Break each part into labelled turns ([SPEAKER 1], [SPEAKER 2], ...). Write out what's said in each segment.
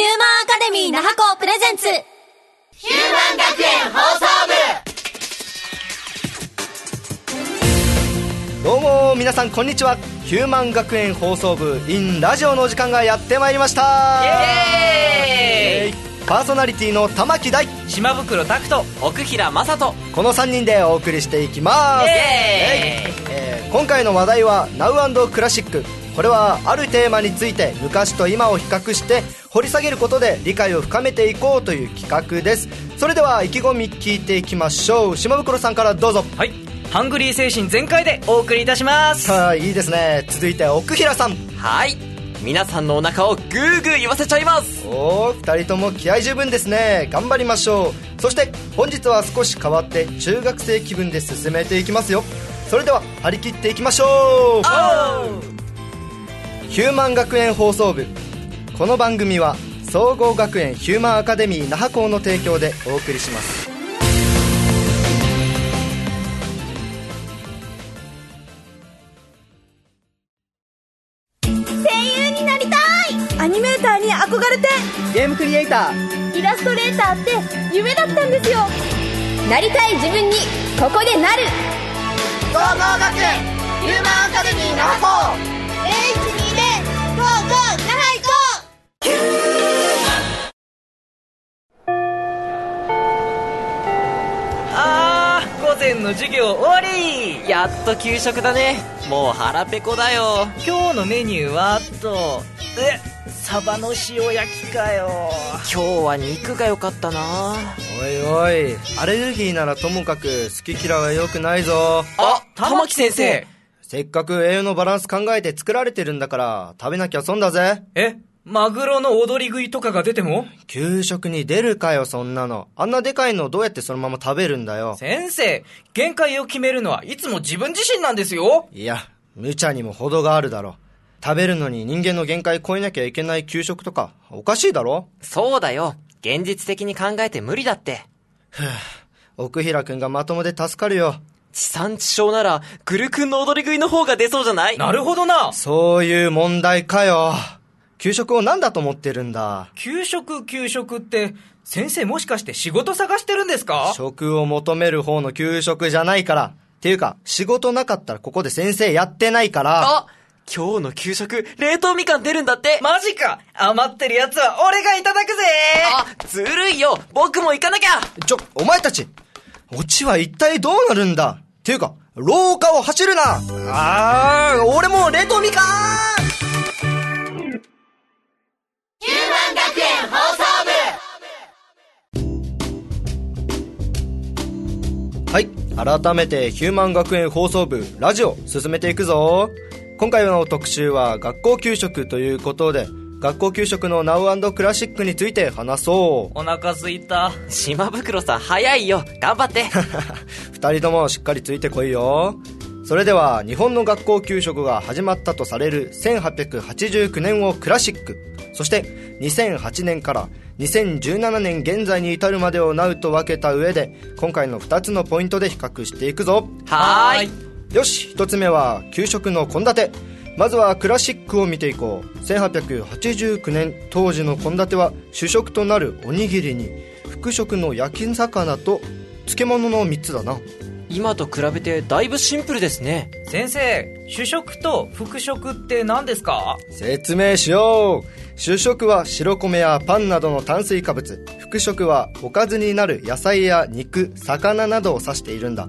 [SPEAKER 1] カデミー那覇校プレゼンツ
[SPEAKER 2] ヒューマン学園放送
[SPEAKER 3] 部どうも皆さんこんにちはヒューマン学園放送部 in ラジオのお時間がやってまいりました
[SPEAKER 4] イエ
[SPEAKER 3] ーイパーソナリティの玉木大
[SPEAKER 4] 島袋拓人奥平雅人
[SPEAKER 3] この3人でお送りしていきます
[SPEAKER 4] イエーイ
[SPEAKER 3] えー今回の話題は「Now クラシック」これはあるテーマについて昔と今を比較して掘り下げることで理解を深めていこうという企画ですそれでは意気込み聞いていきましょう島袋さんからどうぞ
[SPEAKER 4] はいハングリー精神全開でお送りいたします
[SPEAKER 3] さあいいですね続いて奥平さん
[SPEAKER 4] はい皆さんのお腹をグーグー言わせちゃいます
[SPEAKER 3] おお2人とも気合十分ですね頑張りましょうそして本日は少し変わって中学生気分で進めていきますよそれでは張り切っていきましょうヒューマン学園放送部この番組は総合学園ヒューマンアカデミー那覇校の提供でお送りします
[SPEAKER 1] 声優になりたいアニメーターに憧れて
[SPEAKER 3] ゲームクリエイター
[SPEAKER 1] イラストレーターって夢だったんですよなりたい自分にここでなる
[SPEAKER 2] 総合学園ヒューマンアカデミー那覇校 H2 で GO!GO! 那覇行こう
[SPEAKER 4] あー午前の授業終わりやっと給食だねもう腹ペコだよ今日のメニューはとえサバの塩焼きかよ今日は肉が良かったな
[SPEAKER 3] おいおいアレルギーならともかく好き嫌いは良くないぞ
[SPEAKER 4] あ玉木先生
[SPEAKER 3] せっかく栄養のバランス考えて作られてるんだから食べなきゃ損だぜ
[SPEAKER 5] えマグロの踊り食いとかが出ても
[SPEAKER 3] 給食に出るかよそんなのあんなでかいのをどうやってそのまま食べるんだよ
[SPEAKER 5] 先生、限界を決めるのはいつも自分自身なんですよ
[SPEAKER 3] いや無茶にも程があるだろ食べるのに人間の限界超えなきゃいけない給食とかおかしいだろ
[SPEAKER 6] そうだよ。現実的に考えて無理だって。
[SPEAKER 3] 奥平くんがまともで助かるよ
[SPEAKER 6] 地産地消なら、グル君の踊り食いの方が出そうじゃない
[SPEAKER 5] なるほどな
[SPEAKER 3] そういう問題かよ給食を何だと思ってるんだ
[SPEAKER 5] 給食、給食って、先生もしかして仕事探してるんですか
[SPEAKER 3] 食を求める方の給食じゃないからっていうか仕事なかったらここで先生やってないから
[SPEAKER 6] あ今日の給食、冷凍みかん出るんだって、
[SPEAKER 5] マジか余ってるやつは俺がいただくぜ
[SPEAKER 6] あ、ずるいよ僕も行かなきゃ
[SPEAKER 3] ちょ、お前たちオチは一体どうなるんだっていうか、廊下を走るなあー、俺もう冷凍みかー
[SPEAKER 2] ヒューマン学園放送
[SPEAKER 3] んはい、改めてヒューマン学園放送部、ラジオ、進めていくぞ今回の特集は学校給食ということで、学校給食の Now クラシックについて話そう。
[SPEAKER 5] お腹すいた。
[SPEAKER 6] 島袋さん早いよ頑 張って
[SPEAKER 3] 二人ともしっかりついてこいよそれでは日本の学校給食が始まったとされる1889年をクラシックそして2008年から2017年現在に至るまでをナウと分けた上で今回の2つのポイントで比較していくぞ
[SPEAKER 6] はーい
[SPEAKER 3] よし1つ目は給食の献立まずはクラシックを見ていこう1889年当時の献立は主食となるおにぎりに副食の焼き魚と漬物の3つだな
[SPEAKER 6] 今と比べてだいぶシンプルですね。
[SPEAKER 5] 先生、主食と副食って何ですか
[SPEAKER 3] 説明しよう主食は白米やパンなどの炭水化物副食はおかずになる野菜や肉魚などを指しているんだ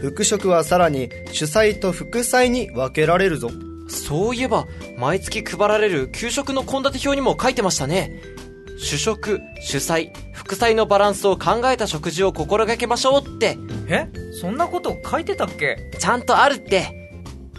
[SPEAKER 3] 副食はさらに主菜と副菜に分けられるぞ
[SPEAKER 6] そういえば、毎月配られる給食の献立表にも書いてましたね。主食、主菜、副菜のバランスを考えた食事を心がけましょうって、
[SPEAKER 5] えそんなこと書いてたっけ
[SPEAKER 6] ちゃんとあるって。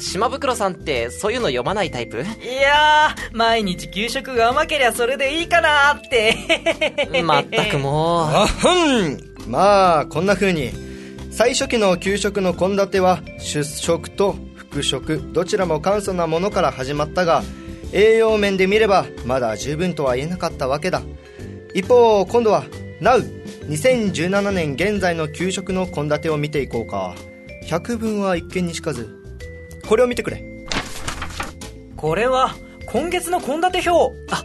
[SPEAKER 6] 島袋さんってそういうの読まないタイ プ
[SPEAKER 5] いやー、毎日給食が甘けりゃそれでいいかなーって。
[SPEAKER 6] まったくもう。
[SPEAKER 3] あふんまあこんな風に最初期の給食の献立は主食と副食どちらも簡素なものから始まったが栄養面で見ればまだ十分とは言えなかったわけだ一方今度は Now2017 年現在の給食の献立を見ていこうか百分は一見にしかずこれを見てくれ
[SPEAKER 5] これは、今月の献立表。
[SPEAKER 6] あ、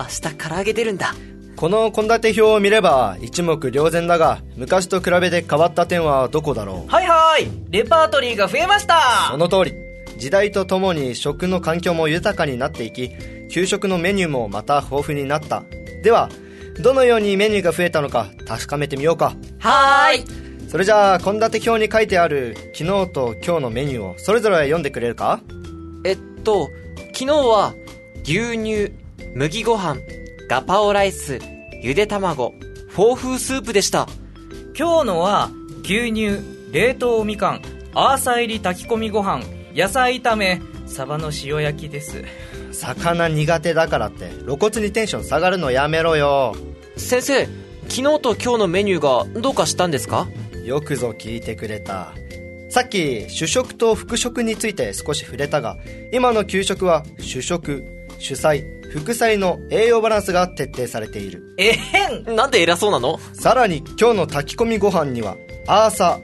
[SPEAKER 6] 明日唐揚げ出るんだ。
[SPEAKER 3] この献立表を見れば一目瞭然だが昔と比べて変わった点はどこだろう
[SPEAKER 5] はいはいレパートリーが増えました
[SPEAKER 3] その通り時代とともに食の環境も豊かになっていき給食のメニューもまた豊富になったではどのようにメニューが増えたのか確かめてみようか
[SPEAKER 5] はーい
[SPEAKER 3] それじゃあ献立表に書いてある昨日と今日のメニューをそれぞれ読んでくれるか
[SPEAKER 6] えっと、昨日は、牛乳、麦ご飯、ガパオライス、ゆで卵、フォー風スープでした。
[SPEAKER 5] 今日のは牛乳冷凍みかんアーサ入り炊き込みご飯野菜炒めサバの塩焼きです
[SPEAKER 3] 魚苦手だからって露骨にテンション下がるのやめろよ
[SPEAKER 6] 先生、昨日と今日のメニューがどうかしたんですか
[SPEAKER 3] よくぞ聞いてくれたさっき主食と副食について少し触れたが今の給食は主食主菜副菜の栄養バランスが徹底されている
[SPEAKER 5] えへん
[SPEAKER 6] なんで偉そうなの
[SPEAKER 3] さらに今日の炊き込みご飯にはアーサあ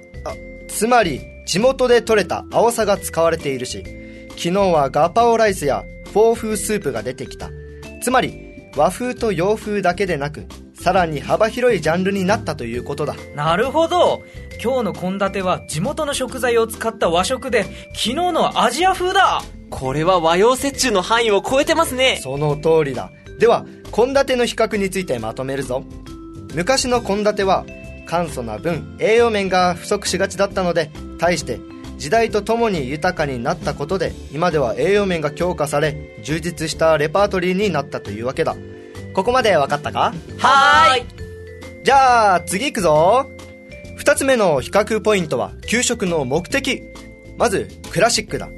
[SPEAKER 3] つまり地元で採れたアオサが使われているし昨日はガパオライスやフォー風スープが出てきたつまり和風と洋風だけでなくさらに幅広いジャンルになったということだ
[SPEAKER 5] なるほど今日の献立は地元の食材を使った和食で昨日のアジア風だ
[SPEAKER 6] これは和洋折衷の範囲を超えてますね。
[SPEAKER 3] その通りだでは献立の比較についてまとめるぞ昔の献立は簡素な分栄養面が不足しがちだったので対して時代とともに豊かになったことで今では栄養面が強化され充実したレパートリーになったというわけだここまでわかったか
[SPEAKER 6] はーい。
[SPEAKER 3] じゃあ次行くぞ2つ目の比較ポイントは給食の目的まずクラシックだ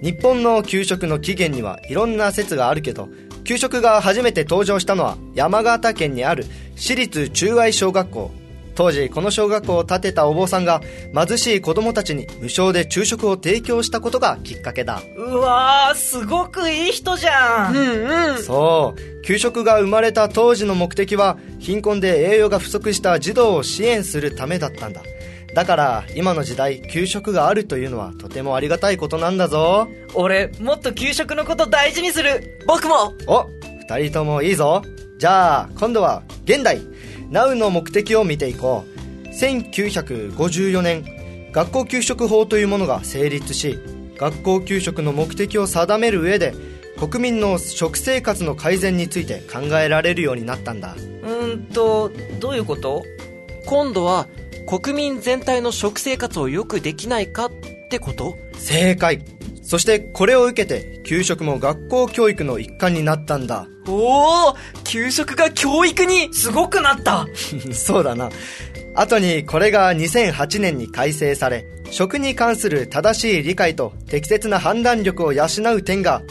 [SPEAKER 3] 日本の給食の起源にはいろんな説があるけど給食が初めて登場したのは山形県にある私立中愛小学校当時この小学校を建てたお坊さんが貧しい子供たちに無償で昼食を提供したことがきっかけだ
[SPEAKER 5] うわーすごくいい人じゃん、
[SPEAKER 3] そう給食が生まれた当時の目的は貧困で栄養が不足した児童を支援するためだったんだだから今の時代給食があるというのはとてもありがたいことなんだぞ
[SPEAKER 5] 俺もっと給食のこと大事にする
[SPEAKER 6] 僕も
[SPEAKER 3] お二人ともいいぞじゃあ今度は現代 NOW の目的を見ていこう1954年学校給食法というものが成立し学校給食の目的を定める上で国民の食生活の改善について考えられるようになったんだ
[SPEAKER 5] うーんとどういうこと
[SPEAKER 6] 今度は、国民全体の食生活をよくできないかってこと
[SPEAKER 3] 正解そしてこれを受けて給食も学校教育の一環になったんだ
[SPEAKER 6] おお給食が教育に
[SPEAKER 5] すごくなった
[SPEAKER 3] そうだな後にこれが2008年に改正され食に関する正しい理解と適切な判断力を養う点が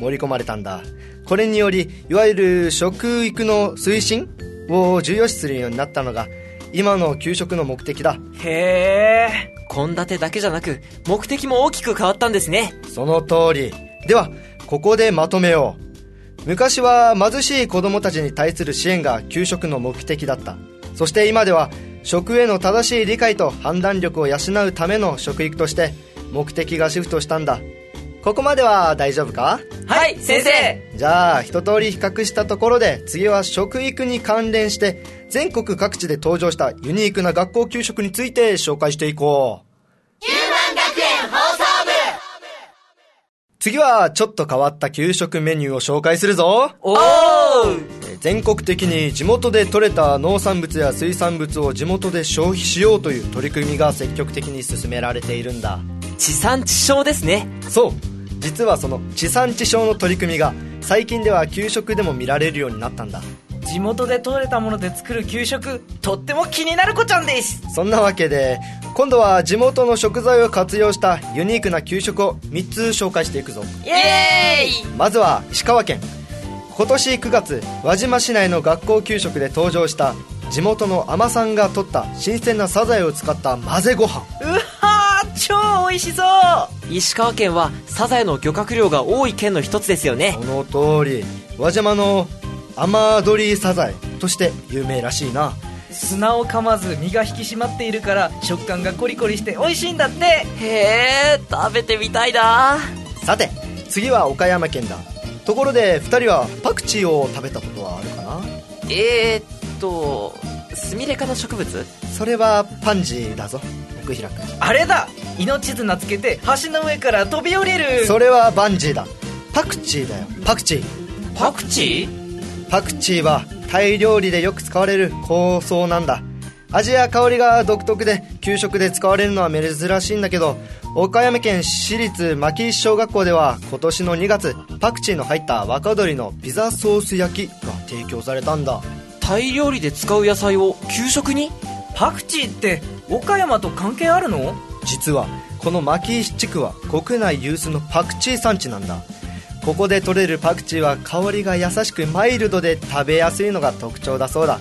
[SPEAKER 3] 盛り込まれたんだこれによりいわゆる食育の推進を重要視するようになったのが今の給食の目的だ
[SPEAKER 5] へえ
[SPEAKER 6] 献立だけじゃなく、目的も大きく変わったんですね。
[SPEAKER 3] その通り。では、ここでまとめよう。昔は貧しい子供たちに対する支援が給食の目的だった。そして今では、食への正しい理解と判断力を養うための食育として、目的がシフトしたんだ。ここまでは大丈夫か
[SPEAKER 6] はい、先生
[SPEAKER 3] じゃあ、一通り比較したところで、次は食育に関連して、全国各地で登場したユニークな学校給食について紹介していこう。次はちょっと変わった給食メニューを紹介するぞ
[SPEAKER 5] おお
[SPEAKER 3] えー全国的に地元で採れた農産物や水産物を地元で消費しようという取り組みが積極的に進められているんだ
[SPEAKER 6] 地産地消ですね。
[SPEAKER 3] そう実はその地産地消の取り組みが最近では給食でも見られるようになったんだ
[SPEAKER 5] 地元で採れたもので作る給食とっても気になる子ちゃんです
[SPEAKER 3] そんなわけで今度は地元の食材を活用したユニークな給食を3つ紹介していくぞ
[SPEAKER 5] イエーイ
[SPEAKER 3] まずは石川県今年9月輪島市内の学校給食で登場した地元の海女さんが取った新鮮なサザエを使った混ぜご飯
[SPEAKER 5] うわー超美味しそう
[SPEAKER 6] 石川県はサザエの漁獲量が多い県の一つですよね
[SPEAKER 3] その通り輪島の雨どりサザエとして有名らしいな
[SPEAKER 5] 砂を噛まず身が引き締まっているから食感がコリコリして美味しいんだって
[SPEAKER 6] へえ食べてみたいな
[SPEAKER 3] さて次は岡山県だところで2人はパクチーを食べたことはあるかな
[SPEAKER 6] えー、っとスミレ科の植物
[SPEAKER 3] それはパンジーだぞ奥平君
[SPEAKER 5] あれだ命綱つけて橋の上から飛び降りる
[SPEAKER 3] それはバンジーだパクチーだよパクチー
[SPEAKER 6] パクチー
[SPEAKER 3] パクチーはタイ料理でよく使われる香草なんだ味や香りが独特で給食で使われるのは珍しいんだけど岡山県市立牧石小学校では今年の2月パクチーの入った若鶏のピザソース焼きが提供されたんだ
[SPEAKER 6] タイ料理で使う野菜を給食に
[SPEAKER 5] パクチーって岡山と関係あるの
[SPEAKER 3] 実はこの牧石地区は国内有数のパクチー産地なんだここで採れるパクチーは香りが優しくマイルドで食べやすいのが特徴だそうだ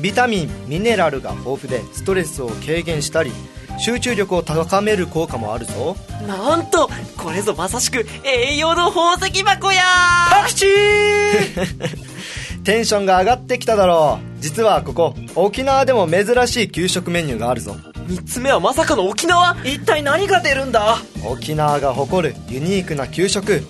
[SPEAKER 3] ビタミンミネラルが豊富でストレスを軽減したり集中力を高める効果もあるぞ
[SPEAKER 6] なんとこれぞまさしく栄養の宝石箱や
[SPEAKER 5] パクチー
[SPEAKER 3] テンションが上がってきただろう実はここ沖縄でも珍しい給食メニューがあるぞ
[SPEAKER 6] 3つ目はまさかの沖縄
[SPEAKER 5] 一体何が出るんだ
[SPEAKER 3] 沖縄が誇るユニークな給食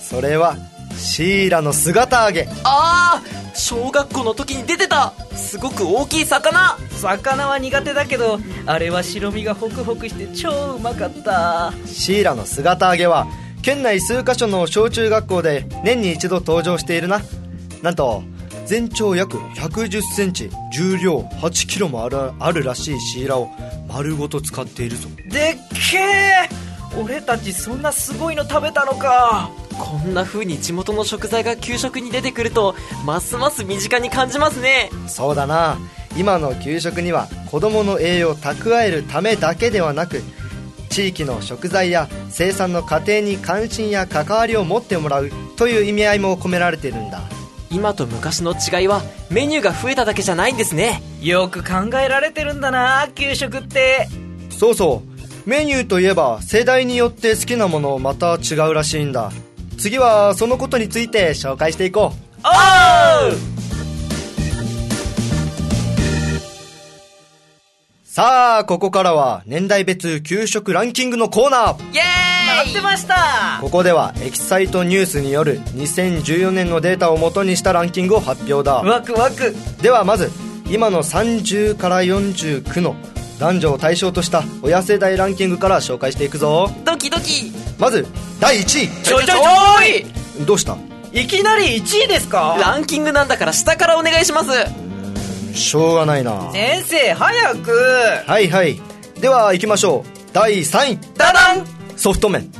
[SPEAKER 3] それはシイラの姿揚げ
[SPEAKER 6] ああ小学校の時に出てたすごく大きい魚
[SPEAKER 5] 魚は苦手だけどあれは白身がホクホクして超うまかった
[SPEAKER 3] シイラの姿揚げは県内数カ所の小中学校で年に一度登場しているななんと全長約1 1 0ンチ重量8キロもあるあるらしいシイラを丸ごと使っているぞ
[SPEAKER 5] でっけえ俺たちそんなすごいの食べたのか
[SPEAKER 6] こんな風に地元の食材が給食に出てくるとますます身近に感じますね
[SPEAKER 3] そうだな今の給食には子どもの栄養を蓄えるためだけではなく地域の食材や生産の過程に関心や関わりを持ってもらうという意味合いも込められているんだ
[SPEAKER 6] 今と昔の違いはメニューが増えただけじゃないんですね
[SPEAKER 5] よく考えられてるんだな給食って
[SPEAKER 3] そうそうメニューといえば世代によって好きなものまた違うらしいんだ次はそのことについて紹介していこう
[SPEAKER 5] おー
[SPEAKER 3] さあここからは年代別給食ランキングのコーナー
[SPEAKER 5] イエーイ待ってました
[SPEAKER 3] ここではエキサイトニュースによる2014年のデータを元にしたランキングを発表だ
[SPEAKER 5] ワクワク
[SPEAKER 3] ではまず今の30から49の男女を対象とした親世代ランキングから紹介していくぞ
[SPEAKER 6] ドキドキ
[SPEAKER 3] まず第1
[SPEAKER 5] ちょいちょいち
[SPEAKER 3] 位どうした
[SPEAKER 5] ょいいきなり1位ですか
[SPEAKER 6] ランキングなんだから下からお願いします
[SPEAKER 3] しょうがないな
[SPEAKER 5] 先生早く
[SPEAKER 3] はいはいでは行きましょう第3位
[SPEAKER 5] ダダン
[SPEAKER 3] ソフト麺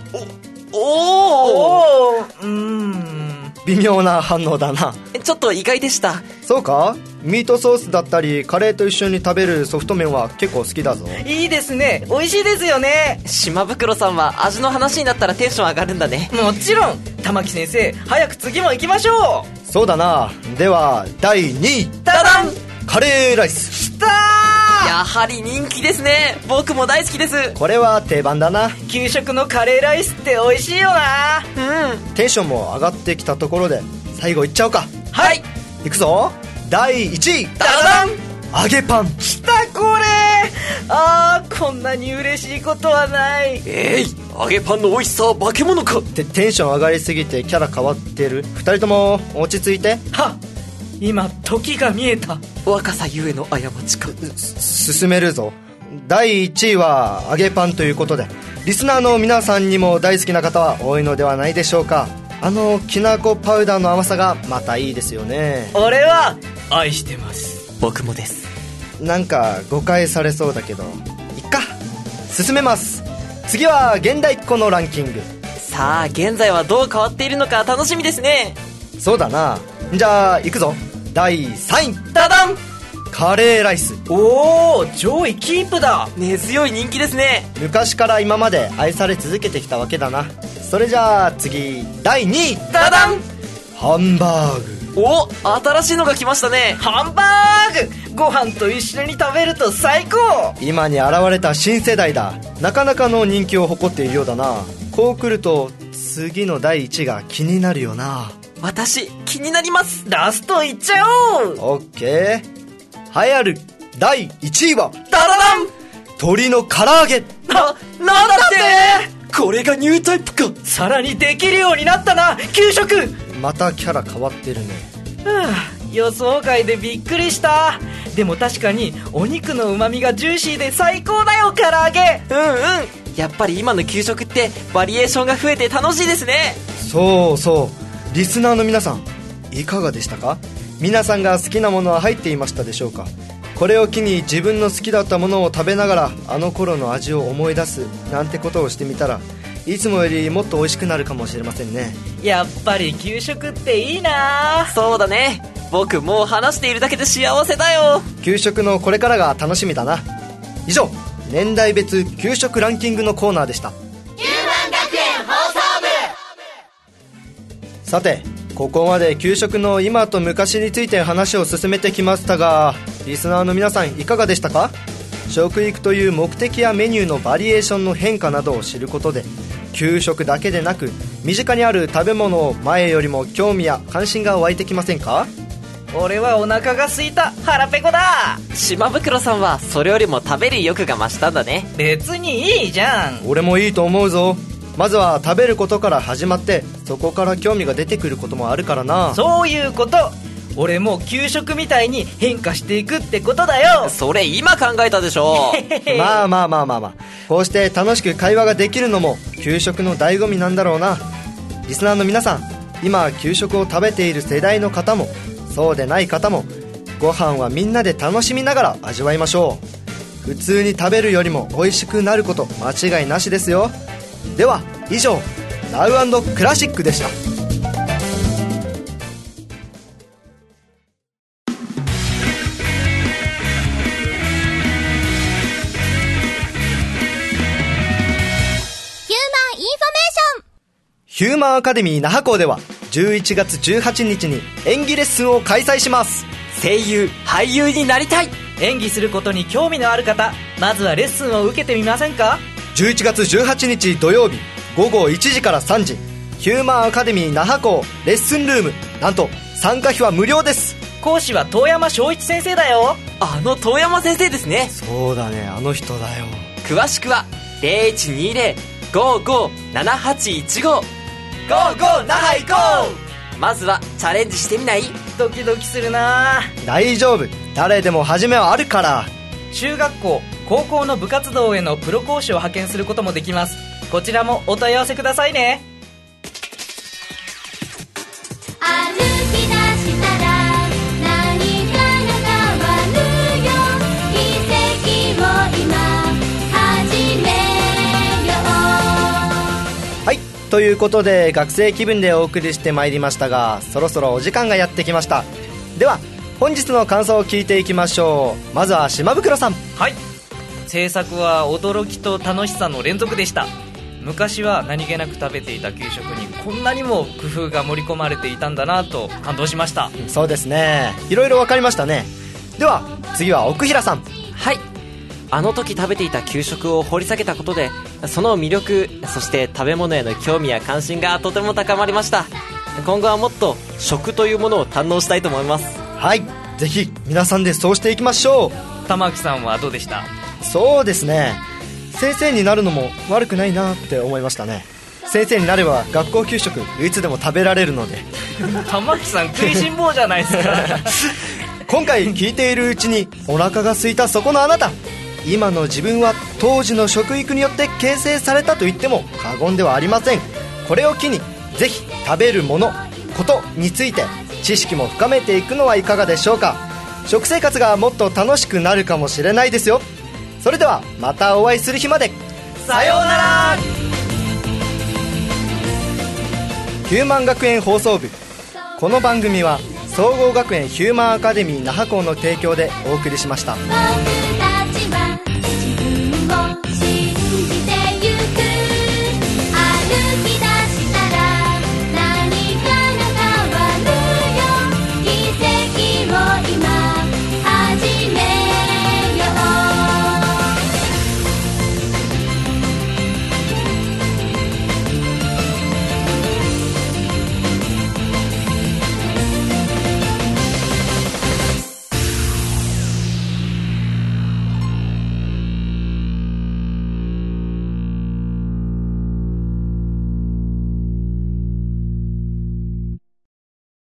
[SPEAKER 5] お
[SPEAKER 6] おお
[SPEAKER 5] ーうーん
[SPEAKER 3] 微妙な反応だな
[SPEAKER 6] ちょっと意外でした
[SPEAKER 3] そうかミートソースだったりカレーと一緒に食べるソフト麺は結構好きだぞ
[SPEAKER 5] いいですね美味しいですよね
[SPEAKER 6] 島袋さんは味の話になったらテンション上がるんだね
[SPEAKER 5] もちろん玉木先生早く次も行きましょ
[SPEAKER 3] そうだなでは第2位
[SPEAKER 5] うダダン
[SPEAKER 3] カレーライス
[SPEAKER 5] きた
[SPEAKER 6] やはり人気ですね僕も大好きです
[SPEAKER 3] これは定番だな
[SPEAKER 5] ー給食のカレーライスって美味しいよな
[SPEAKER 6] うんは
[SPEAKER 3] テンションも上がってきたところで最後いっちゃおうか
[SPEAKER 6] い
[SPEAKER 3] いくぞ第1位
[SPEAKER 6] ダダン
[SPEAKER 3] 揚げパン
[SPEAKER 5] きたこれあーこんなに嬉しいことはない
[SPEAKER 6] えい揚げパンの美味しさは化け物か
[SPEAKER 3] てテンション上がりすぎてキャラ変わってる2人とも落ち着いて
[SPEAKER 5] は今時が見えた
[SPEAKER 6] 若さゆえの過ちか
[SPEAKER 3] 進めるぞ第1位は揚げパンということでリスナーの皆さんにも大好きな方は多いのではないでしょうかあのきなこパウダーの甘さがまたいいですよね
[SPEAKER 5] 俺は愛してます
[SPEAKER 6] 僕もです
[SPEAKER 3] なんか誤解されそうだけどいっか進めます次は現代っ子のランキング
[SPEAKER 6] さあ現在はどう変わっているのか楽しみですね
[SPEAKER 3] そうだなじゃあ行くぞ第3位
[SPEAKER 5] ダダン
[SPEAKER 3] カレーライス
[SPEAKER 5] おお上位キープだ
[SPEAKER 6] 根強い人気ですね
[SPEAKER 3] 昔から今まで愛され続けてきたわけだなそれじゃあ次第2位
[SPEAKER 5] ダダン
[SPEAKER 3] ハンバーグ
[SPEAKER 6] お新しいのが来ましたね
[SPEAKER 5] ハンバーグご飯と一緒に食べると最高
[SPEAKER 3] 今に現れた新世代だなかなかの人気を誇っているようだなこう来ると次の第1が気になるよな
[SPEAKER 6] 私気になります
[SPEAKER 5] ラストいっちゃおう
[SPEAKER 3] オッケー流行る第1位は
[SPEAKER 6] ダダダン
[SPEAKER 3] 鶏の唐揚げ
[SPEAKER 6] な、なんだってこれがニュータイプか
[SPEAKER 5] さらにできるようになったな給食
[SPEAKER 3] またキャラ変わってるね
[SPEAKER 5] はあ予想外でびっくりしたでも確かにお肉の旨味がジューシーで最高だよ唐揚げ
[SPEAKER 6] うんうんやっぱり今の給食ってバリエーションが増えて楽しいですね
[SPEAKER 3] そうそうリスナーの皆さんいかがでしたか皆さんが好きなものは入っていましたでしょうかこれを機に自分の好きだったものを食べながらあの頃の味を思い出すなんてことをしてみたらいつもよりもっと美味しくなるかもしれませんね
[SPEAKER 5] やっぱり給食っていいな
[SPEAKER 6] そうだね僕もう話しているだけで幸せだよ
[SPEAKER 3] 給食のこれからが楽しみだな以上年代別給食ランキングのコーナーでしたさてここまで給食の今と昔について話を進めてきましたがリスナーの皆さんいかがでしたか食育という目的やメニューのバリエーションの変化などを知ることで給食だけでなく身近にある食べ物を前よりも興味や関心が湧いてきませんか
[SPEAKER 5] 俺はお腹が空いた腹ペコだ
[SPEAKER 6] 島袋さんはそれよりも食べる意欲が増したんだね
[SPEAKER 5] 別にいいじゃん
[SPEAKER 3] 俺もいいと思うぞまずは食べることから始まってそこから興味が出てくることもあるからな
[SPEAKER 5] そういうこと俺も給食みたいに変化していくってことだよ
[SPEAKER 6] それ今考えたでしょ
[SPEAKER 3] まあまあまあまあまあこうして楽しく会話ができるのも給食の醍醐味なんだろうなリスナーの皆さん今給食を食べている世代の方もそうでない方もご飯はみんなで楽しみながら味わいましょう普通に食べるよりも美味しくなること間違いなしですよでは以上「ラウクラシック」でした
[SPEAKER 2] ヒューマンインフォメーション
[SPEAKER 3] ヒューマンアカデミー那覇校では11月18日に演技レッスンを開催します
[SPEAKER 6] 声優俳優になりたい
[SPEAKER 5] 演技することに興味のある方まずはレッスンを受けてみませんか
[SPEAKER 3] 11月18日土曜日午後1時から3時ヒューマンアカデミー那覇校レッスンルームなんと参加費は無料です
[SPEAKER 5] 講師は遠山翔一先生だよ
[SPEAKER 6] あの遠山先生ですね
[SPEAKER 3] そうだねあの人だよ
[SPEAKER 6] 詳しくは0120-557815
[SPEAKER 5] GOGO 那覇行こ
[SPEAKER 6] まずはチャレンジしてみないう
[SPEAKER 5] ドキドキするな
[SPEAKER 3] 大丈夫誰でも初めはあるから
[SPEAKER 5] 中学校高校の部活動へのプロ講師を派遣することもできますこちらもお問い合わせくださいね
[SPEAKER 2] 歩き出したら何かが変わるよ奇跡を今始めよう
[SPEAKER 3] はいということで学生気分でお送りしてまいりましたがそろそろお時間がやってきましたでは本日の感想を聞いていきましょうまずは島袋さん
[SPEAKER 5] はい制作は驚きと楽しさの連続でした昔は何気なく食べていた給食にこんなにも工夫が盛り込まれていたんだなと感動しました
[SPEAKER 3] そうですねいろいろ分かりましたねでは次は奥平さん
[SPEAKER 6] はいあの時食べていた給食を掘り下げたことでその魅力そして食べ物への興味や関心がとても高まりました今後はもっと食というものを堪能したいと思います
[SPEAKER 3] はいぜひ皆さんでそうしていきましょ
[SPEAKER 5] 玉木さんはどうでした
[SPEAKER 3] うそうですね先生になるのも悪くないなって思いましたね先生になれば学校給食いつでも食べられるので
[SPEAKER 5] 玉木さん食いしん坊じゃないですか
[SPEAKER 3] 今回聞いているうちにお腹が空いたそこのあなた今の自分は当時の食育によって形成されたと言っても過言ではありませんこれを機にぜひ食べるものことについて知識も深めていくのはいかがでしょうか食生活がもっと楽しくなるかもしれないですよそれではまたお会いする日まで
[SPEAKER 5] さようなら
[SPEAKER 3] ヒューマン学園放送部この番組は総合学園ヒューマンアカデミー那覇校の提供でお送りしました
[SPEAKER 2] 僕ら